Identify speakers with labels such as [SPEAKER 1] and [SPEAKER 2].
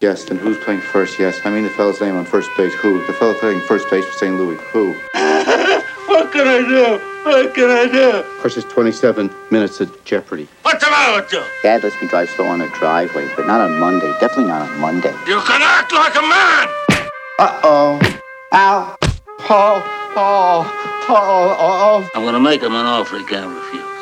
[SPEAKER 1] Yes, then who's playing first? Yes, I mean the fellow's name on first base. Who? The fellow playing first base for St. Louis. Who?
[SPEAKER 2] What can I do? What can I do?
[SPEAKER 1] Of course, it's 27 minutes of jeopardy.
[SPEAKER 2] What's the matter with you?
[SPEAKER 3] Dad lets me drive slow on the driveway, but not on Monday. Definitely not on Monday.
[SPEAKER 2] You can act like a man!
[SPEAKER 1] Uh oh. Ow. Paul. Oh. Oh. Oh.
[SPEAKER 2] I'm gonna make him an offer he can't refuse.